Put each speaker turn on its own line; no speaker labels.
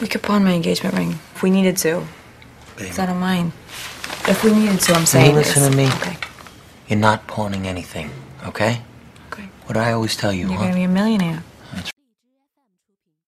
We could pawn my engagement ring if we needed to. It's out of mine. If we needed to, I'm saying.
listen
it's-
to me?
Okay.
You're not pawning anything, okay?
Okay.
What do I always tell you,
You're
huh?
gonna be a millionaire.